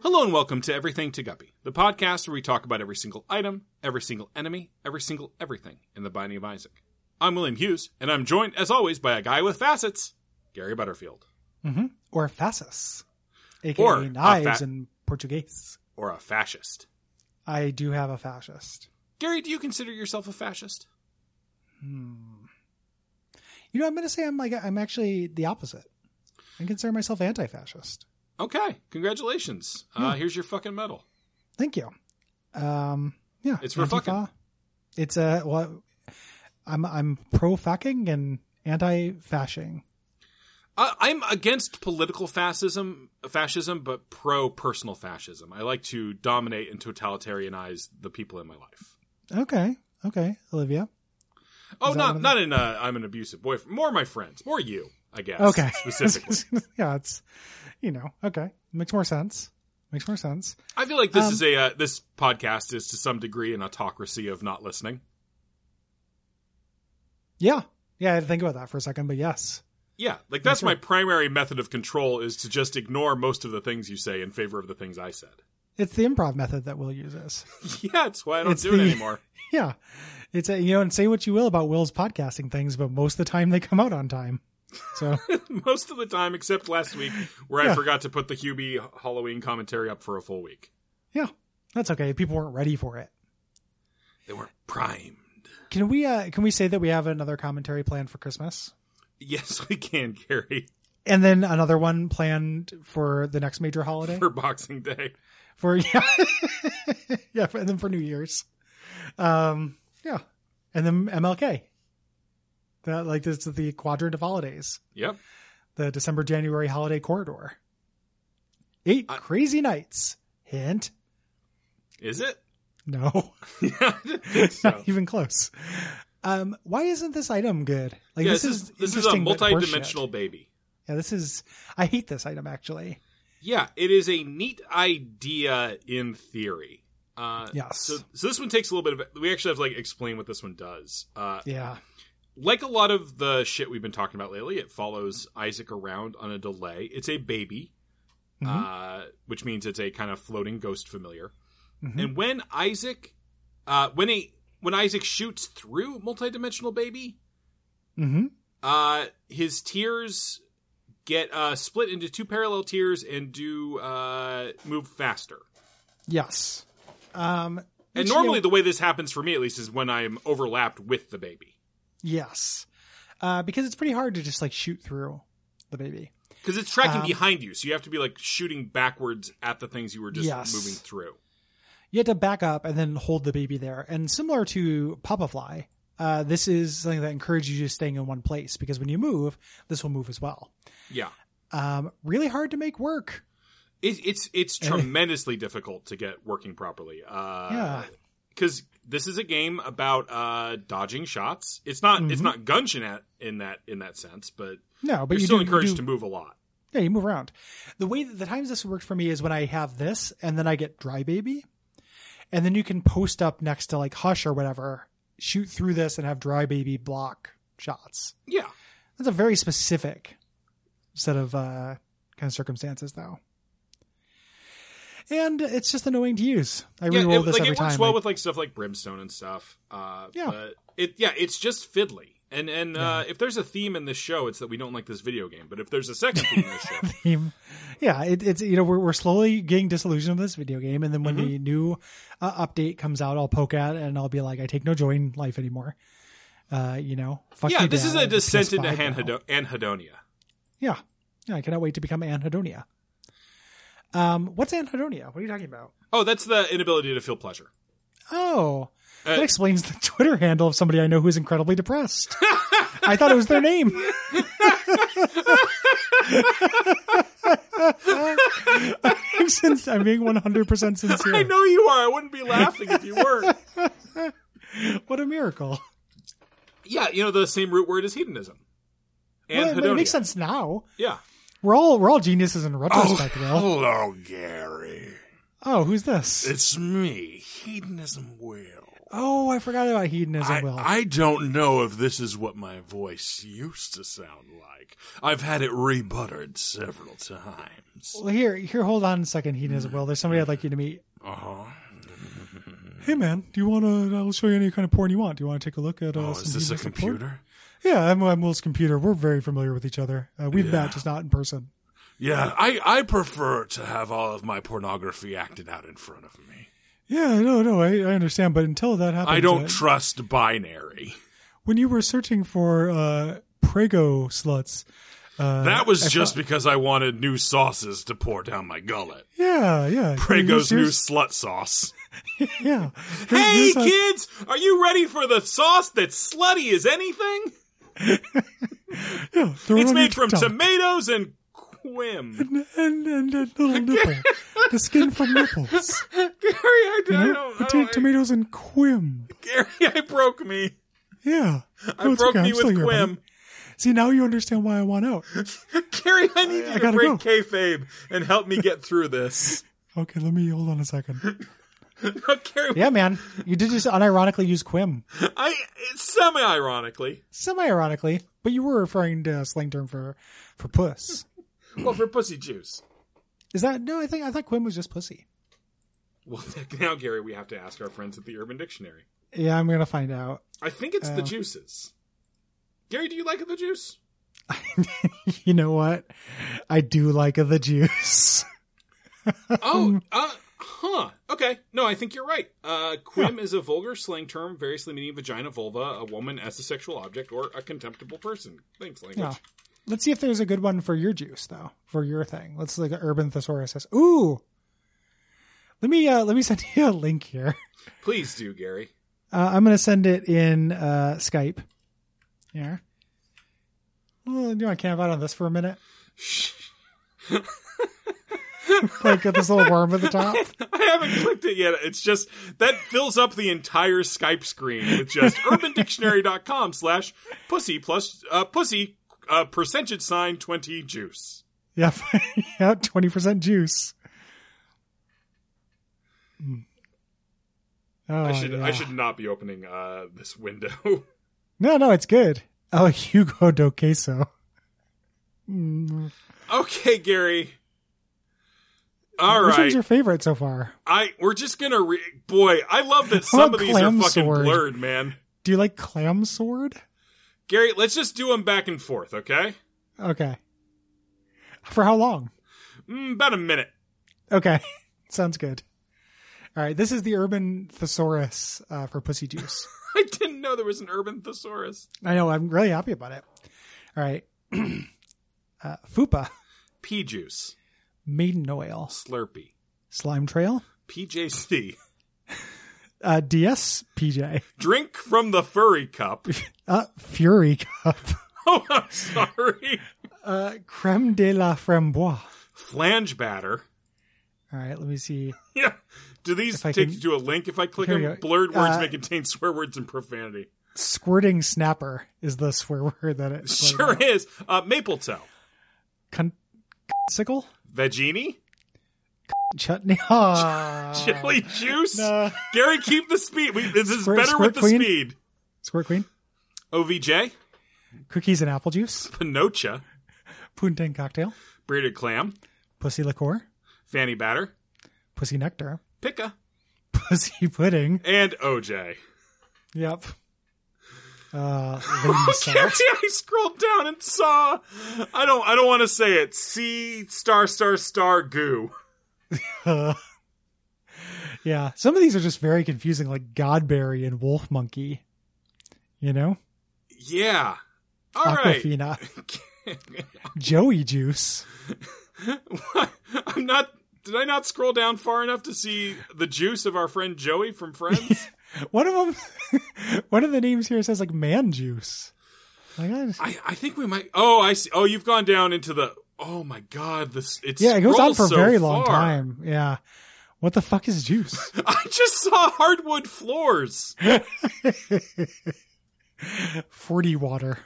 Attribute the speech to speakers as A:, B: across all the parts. A: Hello and welcome to Everything to Guppy, the podcast where we talk about every single item, every single enemy, every single everything in the Binding of Isaac. I'm William Hughes, and I'm joined, as always, by a guy with facets, Gary Butterfield,
B: or fascis, aka
A: Mm-hmm. Or a
B: knives
A: fa-
B: in Portuguese.
A: or a fascist.
B: I do have a fascist.
A: Gary, do you consider yourself a fascist?
B: You know, I'm going to say I'm like I'm actually the opposite. I consider myself anti-fascist.
A: Okay, congratulations. Uh, here's your fucking medal.
B: Thank you. Um, yeah,
A: It's for
B: Antifa.
A: fucking.
B: It's a well, I'm I'm pro fucking and anti-fashing.
A: I, I'm against political fascism, fascism, but pro personal fascism. I like to dominate and totalitarianize the people in my life.
B: Okay, okay, Olivia.
A: Oh,
B: that one
A: not
B: of
A: not in i I'm an abusive boyfriend. More my friends, more you, I guess.
B: Okay,
A: specifically.
B: yeah, it's you know okay makes more sense. Makes more sense.
A: I feel like this
B: Um,
A: is a uh, this podcast is to some degree an autocracy of not listening.
B: Yeah, yeah. I had to think about that for a second, but yes,
A: Yeah, like that's
B: That's
A: my
B: right.
A: primary method of control is to just ignore most of the things you say in favor of the things I said.
B: it's the improv method that Will uses.
A: Yeah, that's why I don't
B: It's
A: do it
B: the-
A: anymore.
B: Yeah. It's a, you know, and say what you will about Will's podcasting things, but most of the time they come out on time. So
A: most of the time, except last week where I
B: Yeah.
A: forgot to put the Hubie Halloween commentary up for a full week.
B: yeah, that's okay. People weren't ready for it.
A: They weren't primed.
B: Can we, uh, can we say that we have another commentary planned for Christmas
A: Yes, we can, Gary,
B: and then another one planned for the next major holiday
A: for Boxing Day.
B: for, yeah, yeah. for- And then for New Year's. Um, yeah. And then MLK. That like this is the quadrant of holidays,
A: Yep.
B: the December, January holiday corridor. Eight
A: I-
B: crazy nights. Hint.
A: Is it?
B: No,
A: Yeah, I didn't think so.
B: not even close. Um, why isn't this item good? Like
A: yeah, this is this is a
B: interesting, but horseshit.
A: multi-dimensional baby.
B: Yeah, this is. I hate this item actually.
A: Yeah, it is a neat idea in theory. Uh,
B: Yes.
A: So, so this one takes a little bit of. We actually have to like explain what this one does. Uh,
B: Yeah,
A: like a lot of the shit we've been talking about lately, it follows Isaac around on a delay. It's a baby,
B: Mhm.
A: uh, which means it's a kind of floating ghost familiar.
B: Mhm.
A: And when Isaac, uh, when a when Isaac shoots through multidimensional baby,
B: hmm
A: uh, his tears get uh, split into two parallel tiers and do uh, move faster.
B: Yes. Um,
A: And
B: which,
A: normally,
B: you know,
A: the way this happens for me, at least, is when I am overlapped with the baby
B: yes, uh, because it's pretty hard to just like shoot through the baby.
A: because it's tracking
B: Um,
A: behind you, so you have to be like shooting backwards at the things you were just
B: Yes.
A: moving through.
B: You had to back up and then hold the baby there. And similar to Papa Fly, uh, this is something that encourages you to staying in one place because when you move, this will move as well.
A: Yeah,
B: Um, really hard to make work.
A: it, it's it's tremendously difficult to get working properly. Uh,
B: Yeah.
A: because this is a game about uh, dodging shots. It's not it's
B: Mhm.
A: not gun shenat in that in that sense, but
B: No, but
A: you're
B: you
A: still
B: do,
A: encouraged
B: you
A: to
B: do,
A: move a lot.
B: Yeah, you move around. The way the times this worked for me is when I have this and then I get dry baby. And then you can post up next to like hush or whatever, shoot through this and have dry baby block shots.
A: Yeah.
B: That's a very specific set of uh kind of circumstances though. And it's just annoying to use. I
A: yeah,
B: reroll
A: it,
B: this
A: like
B: every
A: it works
B: time.
A: well
B: like-
A: with like stuff like brimstone and stuff. Uh,
B: Yeah.
A: but it yeah, it's just fiddly. And and uh, if there's a theme in this show, it's that we don't like this video game. But if there's a second theme in this show,
B: theme. Yeah, it, it's you know we're we're slowly getting disillusioned with this video game, and then
A: Mm-hmm.
B: when the new uh, update comes out, I'll poke at it and I'll be like, I take no joy in life anymore. Uh, you know, fuck
A: yeah,
B: your
A: this
B: dad,
A: is
B: I'm
A: a
B: a
A: descent into
B: PS5 now.
A: anhedo- anhedonia.
B: Yeah, yeah, I cannot wait to become anhedonia. Um, what's anhedonia? What are you talking about?
A: Oh, that's the inability to feel pleasure.
B: Oh,
A: Uh,
B: that explains the Twitter handle of somebody I know who's incredibly depressed. I thought it was their name. I'm since- I'm being 100% sincere.
A: I know you are. I wouldn't be laughing if you were.
B: What a miracle.
A: yeah, you know the same root word as hedonism.
B: Well,
A: Anhedonia.
B: it makes sense now.
A: Yeah.
B: We're all we're all geniuses in retrospect, Will.
A: Oh, hello, Gary.
B: Oh, who's this?
A: It's me, hedonism. Will.
B: Oh, I forgot about hedonism.
A: I,
B: Will
A: I don't know if this is what my voice used to sound like. I've had it rebuttered several times.
B: well here here hold on a second, hedonism. Will there's somebody I'd like you to meet.
A: Uh huh.
B: Hey man, do you want to? I'll show you any kind of porn you want. Do you want to take a look at? Uh,
A: Oh,
B: some
A: is this a
B: hedonistic porn?
A: computer?
B: Yeah, I'm, I'm Will's computer. We're very familiar with each other. Uh, we've
A: Yeah.
B: met, just not in person.
A: Yeah, I, I prefer to have all of my pornography acted out in front of me.
B: Yeah, no, no, I, I understand. But until that happens,
A: I don't
B: uh,
A: trust binary.
B: when you were searching for uh, Prego sluts, uh,
A: That was just because I wanted new sauces to pour down my gullet.
B: yeah, yeah.
A: Prego's new
B: Here's-
A: slut sauce.
B: here's- Yeah. Here's-
A: Hey
B: here's how-
A: kids, are you ready for the sauce that's slutty as anything?
B: yeah, throw it
A: It's
B: on your
A: made from
B: TikTok.
A: tomatoes and quim.
B: and, and, and a little nipple, the skin from nipples.
A: Gary, I,
B: You
A: I
B: know,
A: don't. I
B: potato,
A: don't-
B: tomatoes, and quim.
A: Gary, I broke me.
B: Yeah,
A: I
B: No, it's
A: broke
B: okay.
A: me
B: I'm still
A: with
B: here, buddy.
A: Quim.
B: See, now you understand why I want out.
A: Gary, I need
B: I
A: you to
B: gotta
A: break kayfabe and help me get through this.
B: Okay, let me hold on a second.
A: Gary,
B: Yeah, man. You did just unironically use quim.
A: I semi-ironically,
B: Semi-ironically, but you were referring to a slang term for for puss.
A: well, for pussy juice.
B: Is that no? I think I thought quim was just pussy.
A: Well, now, Gary, we have to ask our friends at the Urban Dictionary.
B: Yeah, I'm gonna find out.
A: I think it's the
B: Oh.
A: juices. Gary, do you like the juice?
B: You know what? I do like the juice. Mm.
A: Oh, uh, huh. Okay. No, I think you're right. Uh, quim is a vulgar slang term, variously meaning vagina, vulva, a woman as a sexual object, or a contemptible person. Thanks, language.
B: Yeah. Let's see if there's a good one for your juice though, for your thing. Let's like an urban thesaurus. says- Ooh. Let me uh let me send you a link here.
A: Please do, Gary.
B: Uh, I'm gonna send it in uh Skype. Yeah. Well, do you want to camp out on this for a minute? like with this little worm at the top.
A: I haven't clicked it yet. It's just that fills up the entire Skype screen with just urbandictionary.com slash pussy plus uh, pussy uh, percentage sign 20 juice.
B: Yep. yep. Twenty percent juice. Mm. Oh,
A: I should I
B: yeah.
A: should not be opening uh, this window.
B: No, no, it's good. Oh, Hugo do queso.
A: Hmm.
B: Mm.
A: okay, Gary. All
B: Which
A: right.
B: one's your favorite so far?
A: I we're just gonna re- boy. I love that some of these are
B: clam
A: fucking
B: sword?
A: blurred, man.
B: Do you like clam sword?
A: Gary, let's just do them back and forth, okay?
B: Okay. For how long?
A: Mm, about a minute.
B: Okay, sounds good. All right, this is the urban thesaurus uh, for pussy juice.
A: I didn't know there was an urban thesaurus.
B: I know. I'm really happy about it. All right, uh, fupa,
A: Pea juice,
B: maiden oil,
A: Slurpee,
B: slime trail,
A: PJC.
B: uh, DS PJ,
A: Drink from the furry cup.
B: uh, fury cup,
A: Oh, I'm sorry.
B: uh, creme de la framboise.
A: Flange batter.
B: All right, let me see.
A: Yeah. Do these
B: If I
A: take
B: can-
A: you to a link if I click
B: Here
A: them?
B: we go.
A: Blurred words
B: Uh,
A: may contain swear words and profanity.
B: Squirting snapper is the swear word that it
A: Sure is. Uh, maple toe.
B: Con- sickle
A: Vegini?
B: chutney. Ah.
A: Chili juice?
B: No.
A: Gary, keep the speed. We, this is
B: Squirt-
A: better
B: squirt
A: with the
B: queen?
A: speed.
B: Squirt queen.
A: OVJ,
B: Cookies and apple juice.
A: Pinocha,
B: Punting cocktail.
A: Braided Clam,
B: Pussy liqueur.
A: Fanny Batter,
B: Pussy nectar.
A: Pika,
B: Pussy pudding.
A: and OJ.
B: Yep. Uh, lady
A: Okay,
B: salt.
A: I scrolled down and saw. I don't. I don't want to say it. C star star star goo.
B: Uh, yeah, some of these are just very confusing, like Godberry and Wolf Monkey. You know,
A: Yeah. All right.
B: Aquafina, Joey Juice.
A: I'm not. Did I not scroll down far enough to see the juice of our friend Joey from Friends?
B: One of them, one of the names here says like Man Juice. Like, I just-
A: I, I think we might. Oh, I see. Oh, you've gone down into the. Oh my God, this it's
B: yeah, it goes on for a
A: so
B: very long
A: far.
B: time. Yeah, what the fuck is juice?
A: I just saw hardwood floors.
B: Forty water.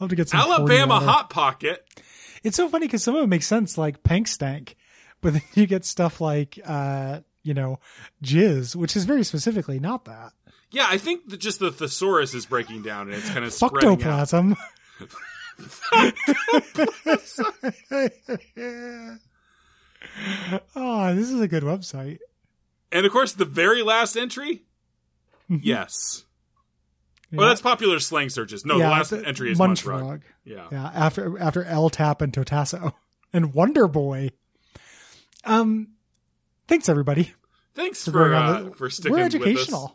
B: Love to get some 40
A: Alabama
B: water.
A: Hot Pocket.
B: It's so funny because some of it makes sense, like Pank Stank, but then you get stuff like, uh, you know, Jizz, which is very specifically not that.
A: Yeah, I think that just the thesaurus is breaking down and it's kind of spreading out.
B: Fuctoplasm. oh, this is a good website.
A: And of course, the very last entry. Yes. Well,
B: Yeah.
A: that's popular slang searches. No,
B: Yeah,
A: the last
B: the-
A: entry is
B: Munch
A: Munchrock.
B: Frog.
A: Yeah.
B: Yeah, after after L Tap and Totasso and Wonder Boy. Um, thanks everybody
A: Thanks
B: for
A: for
B: going on.
A: uh,
B: the-
A: for sticking
B: We're
A: with us.
B: educational.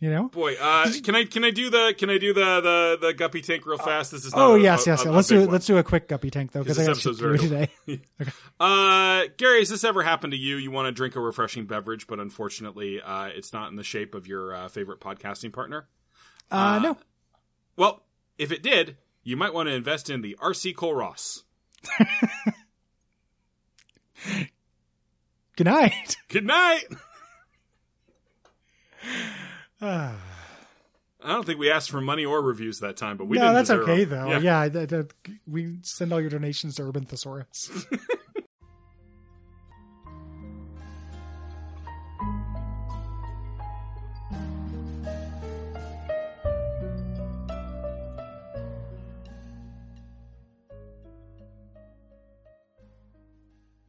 B: You know.
A: Boy, uh, can I can I do the can I do the the, the guppy tank real fast? This is not
B: Oh
A: a-
B: yes,
A: Uh, a-
B: yes,
A: a-
B: yeah.
A: a
B: Let's
A: big
B: do
A: one.
B: let's do a quick guppy tank though because I
A: This
B: got shit
A: episode's
B: to do
A: very
B: today.
A: Uh, Gary, has this ever happened to you? You want to drink a refreshing beverage, but unfortunately, uh, it's not in the shape of your uh, favorite podcasting partner. Ah.
B: Uh, no,
A: Well, if it did, you might want to invest in the RC Cole Ross.
B: good night.
A: Good night.
B: Ah.
A: I don't think we asked for money or reviews that time, but we
B: no,
A: didn't.
B: that's
A: deserve
B: okay
A: them.
B: though. Yeah, that- that- we send all your donations to Urban Thesaurus.